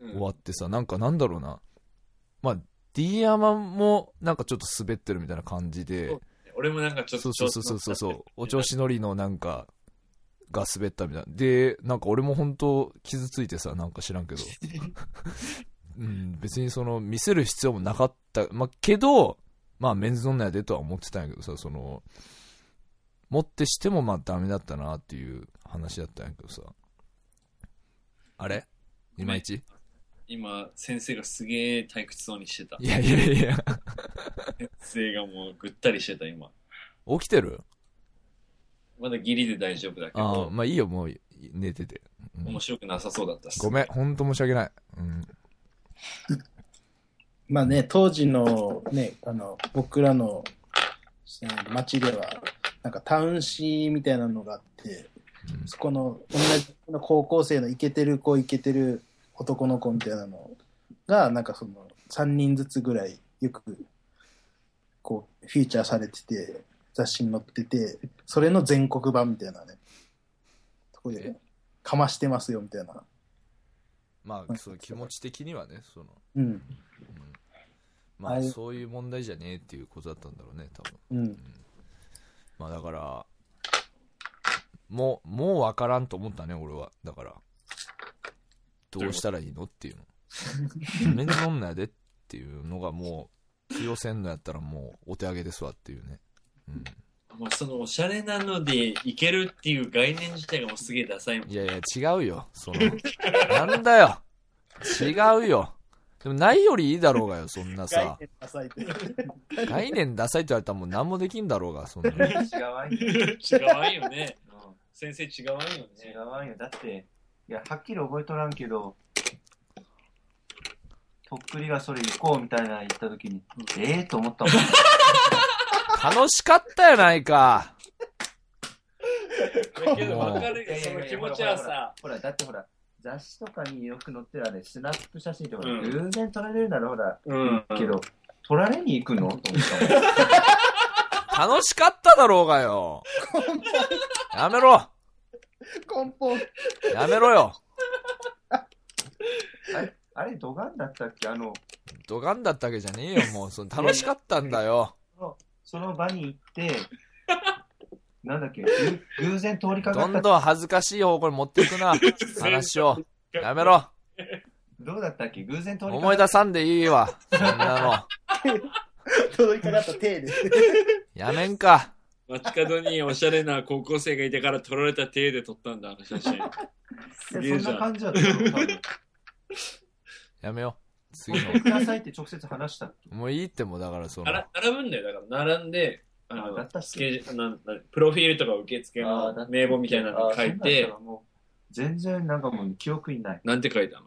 D: うん
A: 終わってさなんかなんだろうなまあ D ヤマもなんかちょっと滑ってるみたいな感じで、
D: 俺もなんかちょっ
A: そ
D: と
A: うそうそうそうそうそうお調
D: 調
A: 子乗りのなんかが滑ったみたいなでなんか俺も本当傷ついてさなんか知らん
D: [LAUGHS]
A: けどうん別にその見せる必要もなかったまあけどまあメンズ女やでとは思ってたんやけどさその持ってしてもまあダメだったなっていう話だったんやけどさあれいまいち
D: 今先生がすげえ退屈そうにしてた
A: いやいやいや
D: 先生がもうぐったりしてた今
A: 起きてる
D: まだギリで大丈夫だけ
A: ああ
D: ど
A: まあいいよもう寝てて、うん
D: 面白くなさそうだったっす
A: ごめん本当申し訳ない、うん、
E: まあね、当時のね、あの、僕らの、えー町では、なんかタウン誌みたいなのがあって、
A: うん
E: そこの、同じの高校生のイケてる子、イケてる男の子みたいなのが、なんかその、3人ずつぐらい、よく、こう、フィーチャーされてて、雑誌に載ってて、それの全国版みたいなね、とこで、かましてますよみたいな。
A: ま
E: う
A: あ、
E: ん
A: その気持ち的にはね、その、
E: うん、
A: うんま
E: あ
A: あ、
E: れ
A: そういう問題じゃねえっていうことだったんだろうね、多分。
E: うん、
A: まあ、だから、もう、もう分からんと思ったね、俺は。だから、どうしたらいいのっていうの。メンズ女やでっていうのがもう、通用せんのやったらもう、お手上げですわっていうね。うん
D: もうそのおしゃれなのでいけるっていう概念自体がもうすげえダサ
C: [LAUGHS]
D: いもん
A: いやいや、違うよ。その、なんだよ。違うよ。でも、ないよりいいだろうがよ、そんなさ。
E: 概念なさいって [LAUGHS]
A: 概念ダサいって言われたらもう何もできんだろうが、そんな。
C: 違うわんよ。
D: 違わんよね
C: うん
D: 先生違わんよ
C: 違
D: ね
C: うわんよ。だって、いや、はっきり覚えとらんけど、とっくりがそれ行こうみたいな言った時に、ええと思ったもん。
A: 楽しかったやないか。
D: だけど分かるよ
C: いやい
D: そ
C: やい
D: の
C: や
D: 気持ちは
C: ほら
D: さ
C: [LAUGHS] ほら、だってほら、雑誌とかによく載ってるあれ、スナップ写真とか、
D: うん
C: 偶然撮られるだろ、ほら。
D: うん
C: けど、撮られに行くのと思ったもん。
A: 楽しかっただろうがよ。やめろ。
E: 根本
A: やめろよ。
C: あれ、 [LAUGHS] あれ、ドガンだったっけあの、
A: ドガンだったわけじゃねえよ、もう。その楽しかったんだよ。
C: その場に行って、なんだっけ、ぐ偶然通りかか
A: ど
C: った
A: んどん恥ずかしい方向に持っていくな。話を。やめろ。
C: どうだったっけ偶然通りかか
A: 思
C: っ
A: い出さんでいいわ。そんな
E: 届いかかった手で。 [LAUGHS]
A: の。やめんか。
D: 街角におしゃれな高校生がいてから撮られた手で撮ったんだあの写真す
C: た。
D: げえ
C: え
D: じ
C: そんな
D: ゃん
C: 感じだったの多 [LAUGHS] 分
A: やめよう。次
C: 教
A: の
C: えて。くださいって直接話したっけ
A: もういいってもうだからそ
D: あ
A: の
D: ら。並ぶんだよだから並んであ
C: あだ
D: の
C: ったっ
D: ス
C: け
D: ケジュなんなんプロフィールとか受付
C: あ
D: の
C: ーだったっけ
D: 名簿みたいなのに書い
C: あーそうだ
D: て
C: ったらもう全然なんかもう記憶にない。
D: なんて書いたの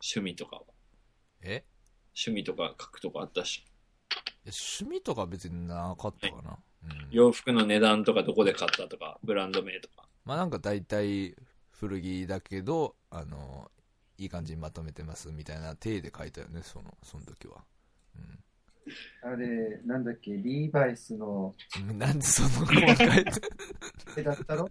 D: 趣味とかは
A: え
D: 趣味とか書くとかあったし
A: 趣味とか別になかったかな。うん、
D: 洋服の値段とかどこで買ったとかブランド名とか
A: まあなんか大体古着だけど、あの、いい感じにまとめてますみたいな体で書いたよね、その、その時は。うん
C: あれ、なんだっけ、リーバイスの
A: うんなんでその細 [LAUGHS] かいって。
C: 手だったろ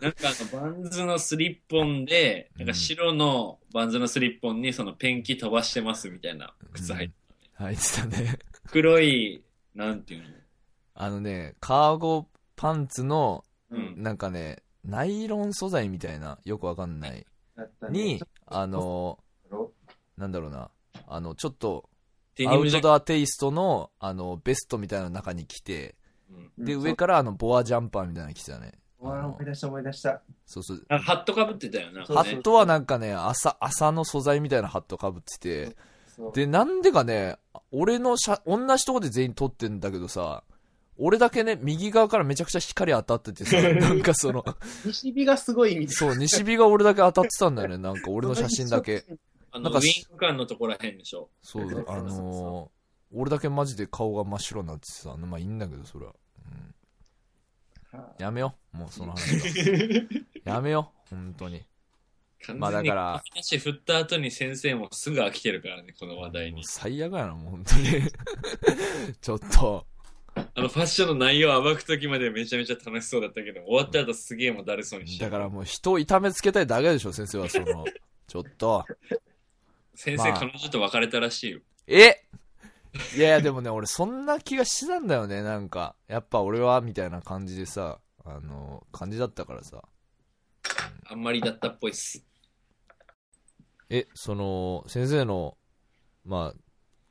D: なんかあのバンズのスリッポンでなんか白のバンズのスリッポンにそのペンキ飛ばしてますみたいな靴入ってたね、
A: 入ってたね。
D: 黒いなんていうの
A: あのね、カーゴパンツの、
D: うん
A: なんかね、ナイロン素材みたいな、よくわかんない。
C: だった
A: に、あの、
C: ろ
A: なんだろうな、あの、ちょっと、
D: デ
A: ア
D: ニム
A: ウ
D: じゃ
A: トドアテイストの、あの、ベストみたいなの中に着て、
D: うん
A: で、上からあの、ボアジャンパーみたいなの着てたね。
C: わあ思い出した思い出した。
A: そうそう。
D: あハットかぶってたよな。
C: そう
A: ハ
C: ね
A: ットはなんかね、朝、朝の素材みたいなハットかぶってて、
C: そう
A: で、なんでかね、俺の写、同じとこで全員撮ってんだけどさ、俺だけね、右側からめちゃくちゃ光当たってて
C: [LAUGHS]
A: さ、なんかその、
E: 西日がすごいみたい
A: そう、西日が俺だけ当たってたんだよね、なんか俺の写真だけ。
D: あ
A: な
D: の、
A: んか
D: ウィンク間のとこらへんで
A: [LAUGHS]
D: しょ。
A: そう
C: そう
A: だ、あのー俺だけマジで顔が真っ白になってさ、まあいいんだけど、それは。うんやめよう、もうその話
C: [LAUGHS]
A: は。やめよう、本当に。まあだから
D: 完全に話振った後に先生もすぐ飽きてるからね、この話題
A: もう
D: に。
A: 最悪やな、もう本当に。 [LAUGHS] ちょっと、
D: あの、ファッションの内容を暴く時までめちゃめちゃ楽しそうだったけど、終わった後すげえもうだるそうにして
A: だ
D: る
A: からもう人を痛めつけたいだけでしょ、先生は、そ [LAUGHS] の、ちょっと。
D: 先生、
A: まあ
D: 彼女と別れたらしいよ。
A: えいやいや、でもね、俺そんな気がしてたんだよね、なんか。やっぱ俺は、みたいな感じでさ、あのー感じだったからさ。
D: あんまりだったっぽいっす。
A: えその先生のまあ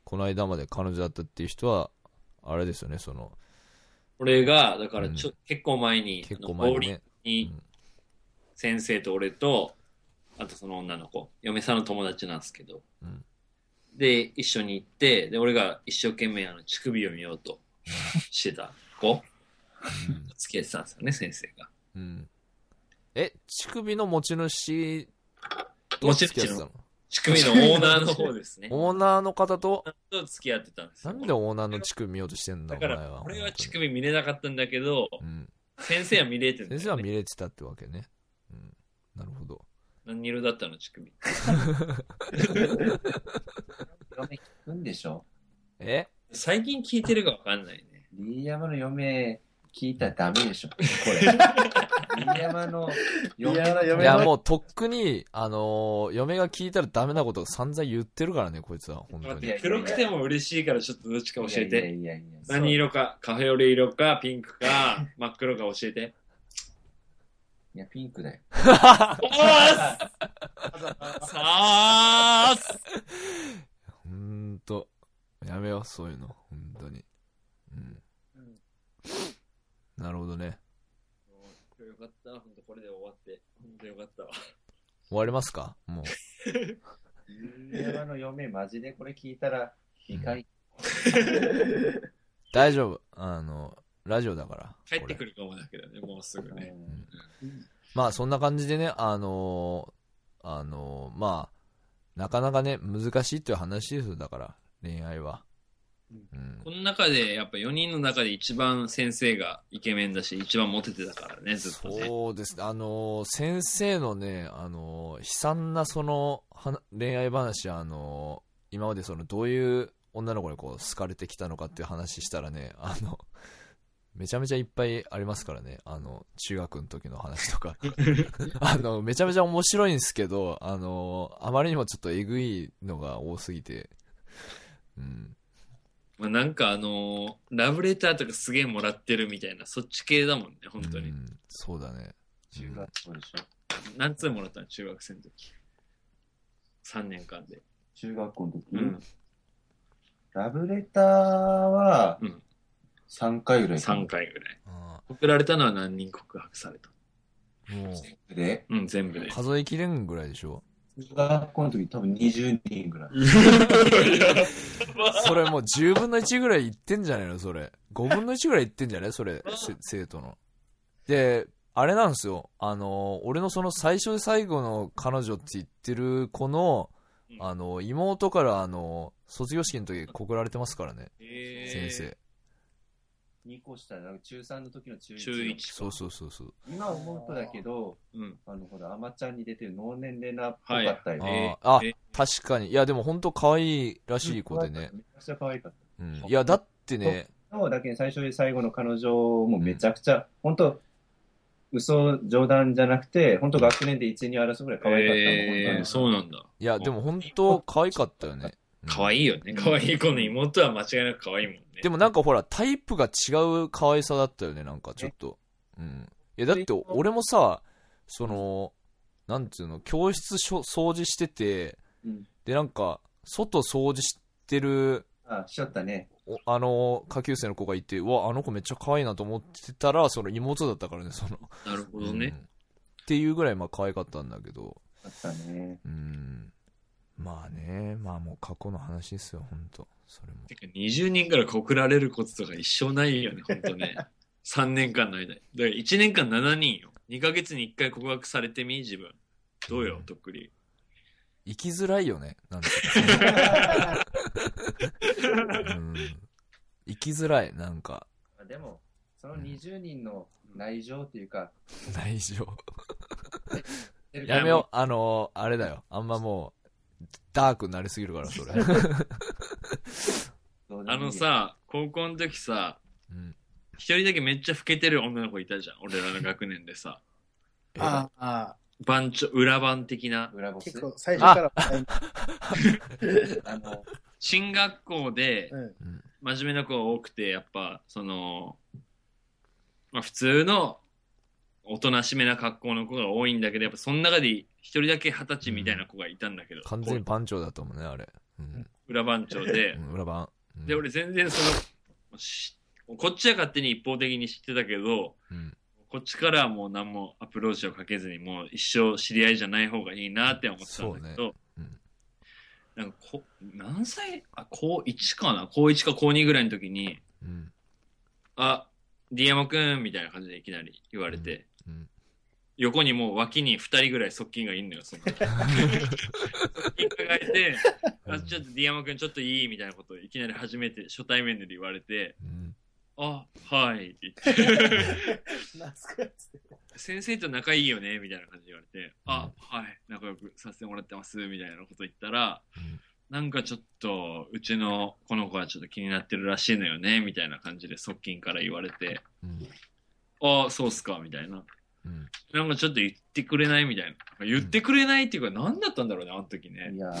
A: この間まで彼女だったっていう人はあれですよねその
D: 俺が、だからちょ、結構前に、
A: 結構前
D: あのボウ
A: に
D: リング
A: ね
D: に
A: うん
D: 先生と俺と、あとその女の子、嫁さんの友達なんですけど、
A: うん
D: で、一緒に行って、で、俺が一生懸命あの乳首を見ようとしてた子、付き合ってたんですよね、先生が。
A: うん、うんえ乳首の持ち主と
D: 持ち
A: 付
D: 主
A: き合ってたの
D: 乳首のオーナーの方ですね。
A: オーナーの方と
D: と付き合ってたんです
A: な
D: よ。
A: んでオーナーの乳首見ようとしてんだ
D: だ
A: お
D: か
A: 前
D: ら
A: は、
D: 俺は乳
A: 乳首
D: 首見れなかったんだけど、
A: うん、
D: 先生は見れてる、
A: 先生は見れてたってわけね、うん、なるほど
D: 何色だったの、乳首。
C: 嫁聞くんでしょ
A: え
D: 最近聞いてるかわかんないね。
C: 新山の嫁聞いたらダメでしょこ [LAUGHS] れ。新山の
E: 新山の
A: い
E: 嫁
A: やもうとっくに、あのー嫁が聞いたらダメなこと散々言ってるからねこいつは本当
D: 待
A: に
D: って、黒くても嬉しいからちょっとどっちか教えて。
C: いやいやいやいや
D: 何色か、カフェオレ色か、ピンク [LAUGHS] か、真っ黒か教えて。
C: いや、ピンクだよ。
D: おーっすさーっす
A: ほんと、やめよう、そういうの、ほんとに。うん。なるほどね。
D: よかった、ほんとこれで終わって。ほんとよか [LAUGHS] ったわ。
A: 終わりますかもう。
C: 新山の嫁、マジでこれ聞いたら、被害、
A: 大丈夫。あの、ラジオだから。
D: 帰ってく
A: る。
D: るかもだけどね、もうすぐね。
A: まあ、そんな感じでね、あのーあのーまあ、なかなかね、難しいっていう話ですよ、だから、恋愛は。うん
D: こ。の中で、やっぱ4人の中で一番先生がイケメンだし、一番モテてたからね、ずっとね。
A: そうですねあのー先生のね、あのー悲惨なそのはな恋愛話、あのー今までそのどういう女の子にこう好かれてきたのかっていう話したらね、あのめちゃめちゃいっぱいありますからね、あの中学の時の話
D: [LAUGHS]
A: とかあの、めちゃめちゃ面白いんですけど、あのーあまりにもちょっとえぐいのが多すぎて、うん、
D: まあ、なんかあのーラブレターとかすげえもらってるみたいな、そっち系だもんね、本当
A: う
D: に。
A: んそうだね、
C: 中学校でしょ。
D: 何通もらったの、中学生の時。3年間で。
C: 中学校の時、
D: うん
C: ラブレターは
D: うん、
C: 3回ぐらい。
D: 3回ぐらい。
A: あ
D: 送られたのは何人告白された
A: ーも
C: 回。で、
D: うん、全部で
A: う。
C: [LAUGHS]
A: 数えきれんぐらいでしょ
C: 中学校の時多分20人ぐらい。
A: それもう10分の1ぐらいいってんじゃねえのそ
D: [LAUGHS]
A: れ5分の1ぐらいいってんじゃねえそれせ生徒のであれなんですよあの俺のその最初で最後の彼女って言ってる子の
D: うん
A: あの妹からあの卒業式の時告られてますからね先
D: 先
A: 生
C: 2個下、なんか中3の時の中1。
D: 中1か。
A: そうそうそうそう
C: 今思うとだけど、
D: うん。
C: あの、ほら、アマちゃんに出てる脳年齢なっぽかったよ。
A: はい
C: ね
D: えー
A: あ
D: えー
A: 確かにいやでも本当可愛いらしい子でね、
C: めちゃくちゃ可愛かっ
A: うん、いやだってね
C: た。そうだけど最初で最後の彼女もめちゃくちゃ、本当嘘、冗談じゃなくて、本当学年で1、2争うぐらい可愛かったの、
D: えー
C: 本
D: そうなんだ。
A: いやでも本当可愛かったよねうん
D: 可愛いよね。可愛い子の妹は間違いなく可愛いもんね。
A: でもなんかほら、タイプが違う可愛さだったよね、なんかちょっと。うん。いや、だって俺もさ、その、なんていうの、教室しょ掃除してて、
C: うん
A: で、なんか、外掃除してる
C: あ、しちゃったね。
A: おあの下級生の子がいてうわあの子めっちゃ可愛いなと思ってたらその妹だったからねその、
D: なるほど
A: うんっ
D: ね。
A: ていうぐらいまあ可愛かったんだけど
C: あったね。
A: うんまあねまあもう過去の話ですよ本当それも
D: てか20人から告られることとか一生ないよね、ほんと
C: [LAUGHS]
D: ね。3年間の間に。だから1年間7人よ。2ヶ月に1回告白されてみ自分。どうよ、とっくり。
A: 生きづらいよねなんかうん生きづらいなんか
C: あでも、その20人の内情っていうか、
A: 内情
C: 出るか
A: やめようあのあれだよあんまもうダークになりすぎるから
D: [LAUGHS]
A: それ、
C: どうで
D: あ
C: もいい
D: の、さ、高校の時さ、
A: うん、
D: 一人だけめっちゃ老けてる女の子いたじゃん。俺らの学年でさ。
A: え
E: ああ、
D: 番長、裏番的な。
C: 裏ボス
E: 結構最初から話題に、
C: あの、
D: 進学校で
E: うん、
D: 真面目な子が多くて、やっぱ、その、まあ普通のおとなしめな格好の子が多いんだけど、やっぱその中で一人だけ二十歳みたいな子がいたんだけど、
A: 完全に番長だと思うねあれ、うん
D: 裏番長で
A: う。ん、裏番、うん
D: で、俺全然その、しこっちは勝手に一方的に知ってたけど、
A: うん
D: こっちからはもう何もアプローチをかけずに、もう一生知り合いじゃない方がいいなって思ってたんだけど、
A: そうね
D: なんかこ何歳あ、高1かな高1か高2ぐらいの時に、
A: うん
D: あ、ディヤマくんみたいな感じでいきなり言われて、
A: うん
D: 横にもう脇に2人ぐらい側近がいんのよ、その。側近がいて、あ、ちょっとディヤマくんちょっといいみたいなことをいきなり初めて初対面で言われて、
A: うん
D: あ、はいって言って。
E: 懐かしい
D: 先生と仲いいよねみたいな感じで言われて、あ、はい、仲良くさせてもらってますみたいなこと言ったら、
A: うん
D: なんかちょっと、うちのこの子はちょっと気になってるらしいのよねみたいな感じで側近から言われて、
A: うん
D: あそうっすかみたいな。
A: うん
D: なんかちょっと言ってくれないみたいな。言ってくれないっていうか、何だったんだろうね、あの時ね
C: い。や、あの、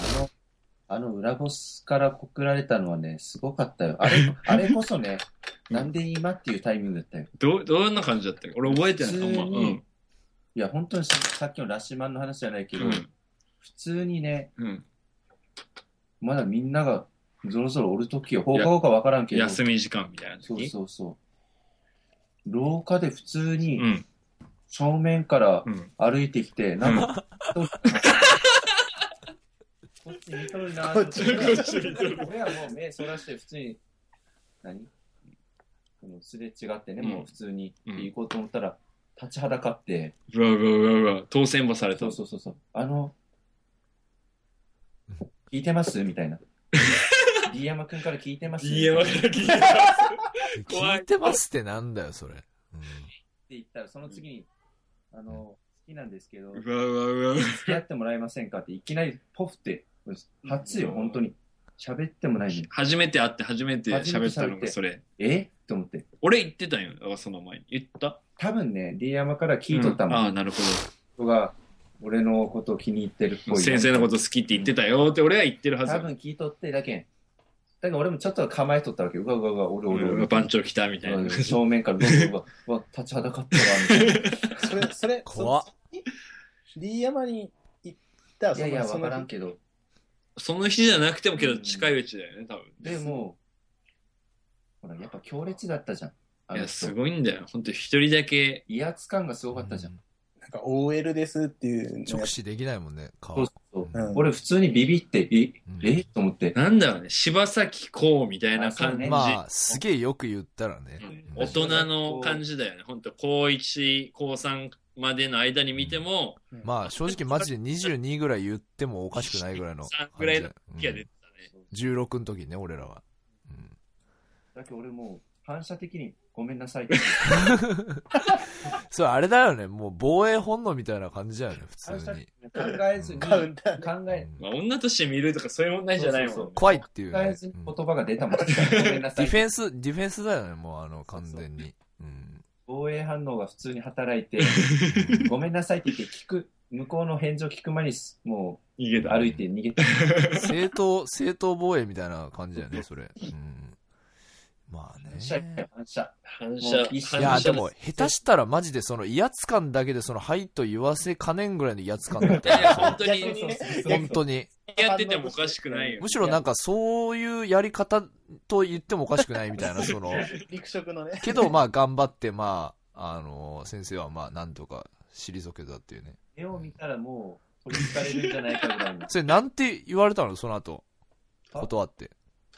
C: あの裏ボスから告られたのはね、すごかったよ。あれ、あれこそ
D: [LAUGHS]
C: ね、なんで今っていうタイミングだったよ。
D: どうどんな感じだったっけ俺覚えてない。
C: 普通に
D: あんまうん。
C: いや、本当にささっきのラシマンの話じゃないけど、
D: うん
C: 普通にね、
D: うん、
C: まだみんながぞろぞろおるときよ、放課後かわからんけど、
D: 休み時間みたいな時
C: そうそうそう。廊下で普通
D: う
C: に
D: ん。
C: 正面から
D: うん。
C: 歩いてきて、なんか、こっち見とるな
E: こっち
D: こっち見とる
C: 俺はもう目そらして普通に、何このすれ違ってね、
D: うん
C: もう普通に
D: うん
C: 行こうと思ったら、立ちはだかって、
D: うわうわうわうわ、当選もされた。
C: そうそうそうそう。あの、聞いてますみ
D: [LAUGHS]
C: たいな。D 山くんから聞いてます
D: いや、わからん聞いて
C: [LAUGHS]
D: 怖い
A: 聞いてますってなんだよそれ、うん
C: って言ったら、その次に、あの、好きなんですけど、
D: る
C: 付
D: うわうわうわうわ。
C: き合ってもらえませんかって、いきなりポフって、初よ、本当に。喋ってもないのに。
D: 初めて会って初めて喋ったのがそれ。
C: えと思って。
D: 俺言ってたんよ、だからその前に。言った
C: 多分ね、D 山から聞いとった
D: うんあ
C: も
D: あ、
C: ん。
D: なるほ
C: 人が、俺のことを気に入ってるっぽ
D: ど。
C: い。
D: 先生のこと好きって言ってたよって俺は言ってるはず
C: 多。分聞いとってだけん。だけど俺もちょっと構えとったわけ。うわうわうわ、俺俺
D: う
C: 俺
D: ん。番長来たみたいな。
C: 正面からどうぞうわ、 [LAUGHS] うわ立ちはだかったわ、み
D: [LAUGHS]
C: たいな。
E: それ、それ、
A: 怖っ
E: その時に D 山に行った、
C: いやいや、
E: そ
C: わ
E: の
C: からんけど。
D: その日じゃなくてもけど近いうちだよね、多分。
C: でも、ほら、やっぱ強烈だったじゃん。あ
D: い
C: の
D: や、
C: 人
D: すごいんだよ。本当一人だけ。
C: 威圧感がすごかったじゃん。
E: なんか OL ですっていうの
A: 直
E: や
A: 視できないもんね顔
C: そうそう
E: うん
C: 俺、普通にビビって、え、
A: うん
C: えと思って。
D: なんだろうね、柴咲コウみたいな感じ。
C: うん
A: まあすげえよく言ったらね、
D: うん
A: うん
D: 大人の感じだよね。本当高1、高3までの間に見ても、
A: まあ正直マジで22ぐらい言ってもおかしくないぐらいの
D: 23ぐらいの
A: 感
D: 気
A: じ
D: が
A: だ
D: 出て
A: 16の時ね俺らは、
C: だけど俺もう、反射的に、ごめんなさいって。
A: うん、それあれだよねもう防衛本能みたいな感じだよね普
C: 反
A: 通
C: 射的
A: に
C: に、考えずに、
E: カウ
C: 考
E: ンター
A: う
C: え、
A: ん
D: たね。まあ、女として見るとかそういう問題じゃないもんね。
C: そうそう
A: 怖いっていう
C: 考
A: ね、
C: えずに
A: うん
C: 言葉が出たもん。ごめんなさ
A: ディ
C: い
A: フ。ェンスディフェンスだよねもうあの完全にうん
C: 防衛反応が普通に働
D: [LAUGHS]
C: いて、ごめんなさいって言って、聞く、向こうの返事を聞く前に、も
D: 逃げ
C: う、
D: た。
C: 歩いて逃げて。
A: 正当正当防衛みたいな感じだよねそれ、うん、まあ
C: 反射
A: ね
C: よ、反射。
D: 反射
C: もう一
A: い
C: 瞬
A: や
D: 反射
A: でも下手したらマジでその威圧感だけでその「はい」と言わせかねんぐらいの威圧感だっ
D: [LAUGHS] いやいや
A: た
D: 本当に
E: 逆にね
A: 本当に
D: やっててもおかしくないよ。
A: むしろなんかそういうやり方と言ってもおかしくないみたいな、その、
E: 陸色のね。
A: けどまあ頑張って、まあ、あの、先生はまあなんとか退けたっていうね。
C: 絵を見たらもう、取りつかれるんじゃないか
D: [LAUGHS]
C: ぐらいの。
A: それなんて言われたのその後。断って。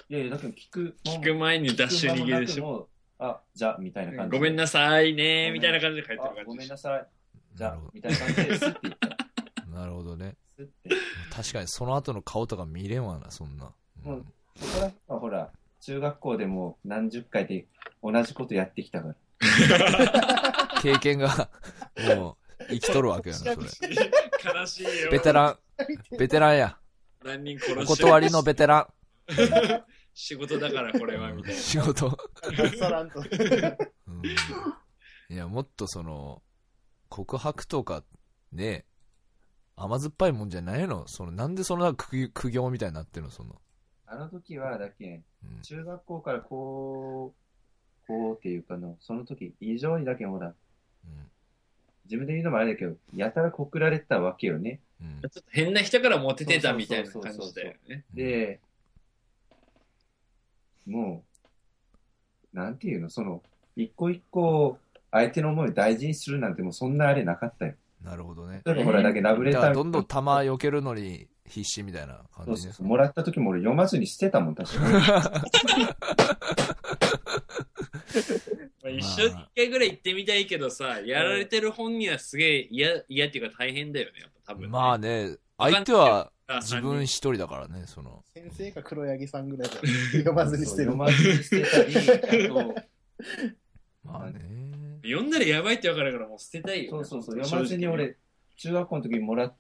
C: いやいや、だけど聞くもん。
D: 聞く前にダッシュ逃げるでしょ。
C: ょ。あ、じゃ、みたいな感じで。
D: ごめんなさいね
C: ごめん
D: みたいな感じで帰ってる
C: あ
D: 感
C: ご
D: じで
C: めん
D: し
C: な
D: ょ。
C: さい。じ
A: な
C: ゃ
A: るほ、ど
C: みたいな感じですって言った。。
A: なるほどね。
C: スッて
A: 確かにその後の顔とか見れんわな、そんな。うん
C: うんそこら辺はほら、中学校でもう何十回で同じことやってきたから。
A: 経験が、もう、生きとるわけやな、それ。
D: 悲しいよ。
A: ベテラン、ベテランや。
D: 何人殺し
A: お
D: て
A: 断りのベテラ
D: 仕事だからこれはみたい
A: ン。
D: な。
A: 仕事。
E: さらんと。
A: うんいや、もっとその、告白とか、ね、甘酸っぱいもんじゃないのその、なんでそのなんか苦苦行みたいになってるのその。
C: あの時は、だけ、
A: うん
C: 中学校からこう、こうっていうかの、その時、異常にだけほら、
A: うん
C: 自分で言うのもあれだけど、やたら告られてたわけよね。
A: うん
D: ちょっと変な人からモテてたみたいな感じだよね。
C: で、もう、なんていうの、その、一個一個、相手の思いを大事にするなんて、もうそんなあれなかったよ。
A: なるほどね。
C: 例えばほら、だけラブレ
A: だ
C: タ
A: から
C: ー
A: どんどん弾避けるのに必死みたいな
C: そ
A: 感
C: う
A: じ
C: そ
A: ね
C: う。そうもらった時も俺読まずに捨てたもん、確 [LAUGHS] かに。
D: まあ、一緒に一回ぐらい行ってみたいけどさ、やられてる本人はすげえ嫌嫌っていうか大変だよね、やっぱ多分、
A: まあね、相手は
D: あ、
A: 自分一人だからね、その。
E: 先生か黒柳さんぐらいだよ。呼ばずにして
C: そう
E: る
C: 読。まずに捨てたり、あと
A: まあね。
D: 読んだらやばいって分かるからもう捨てたいよ
C: そ
D: ね、
C: うそうそう、
D: 本当
C: 読まずに。俺、中学校の時にもらっ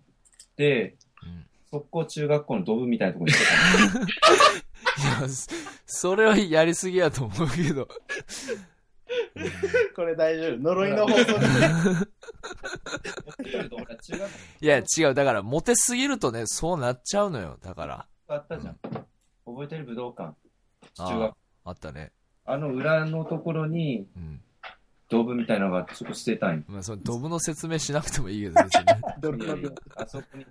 C: て、
A: うん
C: 速攻中学校のドブみたいなとこに行って
A: いや、そそれはやりすぎやと思うけ
C: [LAUGHS]
A: ど。
E: これ大丈夫。呪いの放送で。
C: た。だけど俺中学校
A: いや、違う。だから、モテすぎるとね、そうなっちゃうのよ。だから。
C: あったじゃん。覚えてる武道館。
A: あ
C: 中学
A: ーあったね。
C: あの裏のところに
A: うん。
C: ドブみたいなのがあって、そこ捨てたいんよ
A: まあ、その、ドブの説明しなくてもいいけど、別にね。
E: 泥の描写。
C: あそこに。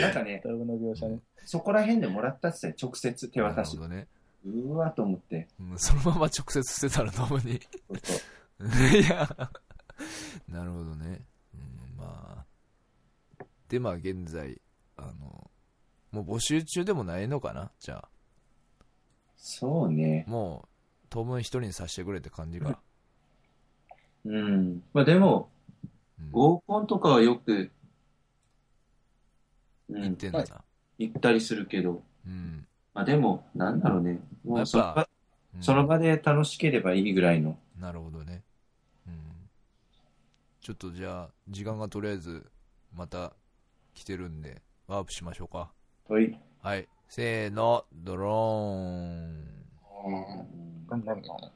C: なんかね、
E: 泥の描写ね。
C: そこら辺でもらったっすね、直接手
A: なる
C: 渡
A: ほ
C: [LAUGHS] し。
A: どね。
C: うーわと思って。
A: うん、そのまま直接捨てたらドブに。 [LAUGHS]
C: そうそう
A: いや、なるほどね。うん、まあ。で、まあ、現在、あの、もう募集中でもないのかなじゃあ。
C: そうね。
A: もう、当分一人にさせてくれって感じか。
C: うん。まあでも、
A: うん、
C: 合コンとかはよく、う
A: 言っ
C: ん、
A: てんだな。
C: 行ったりするけど、
A: うん。
C: まあでも、なんだろうね。も
A: やっ
C: うその場
A: ぱ、うん
C: その場で楽しければいいぐらいの。
A: なるほどね。うん。ちょっとじゃあ、時間がとりあえず、また来てるんで、ワープしましょうか。
C: はい。
A: はい。せーの、ドローン。
C: うん
E: なんだろうな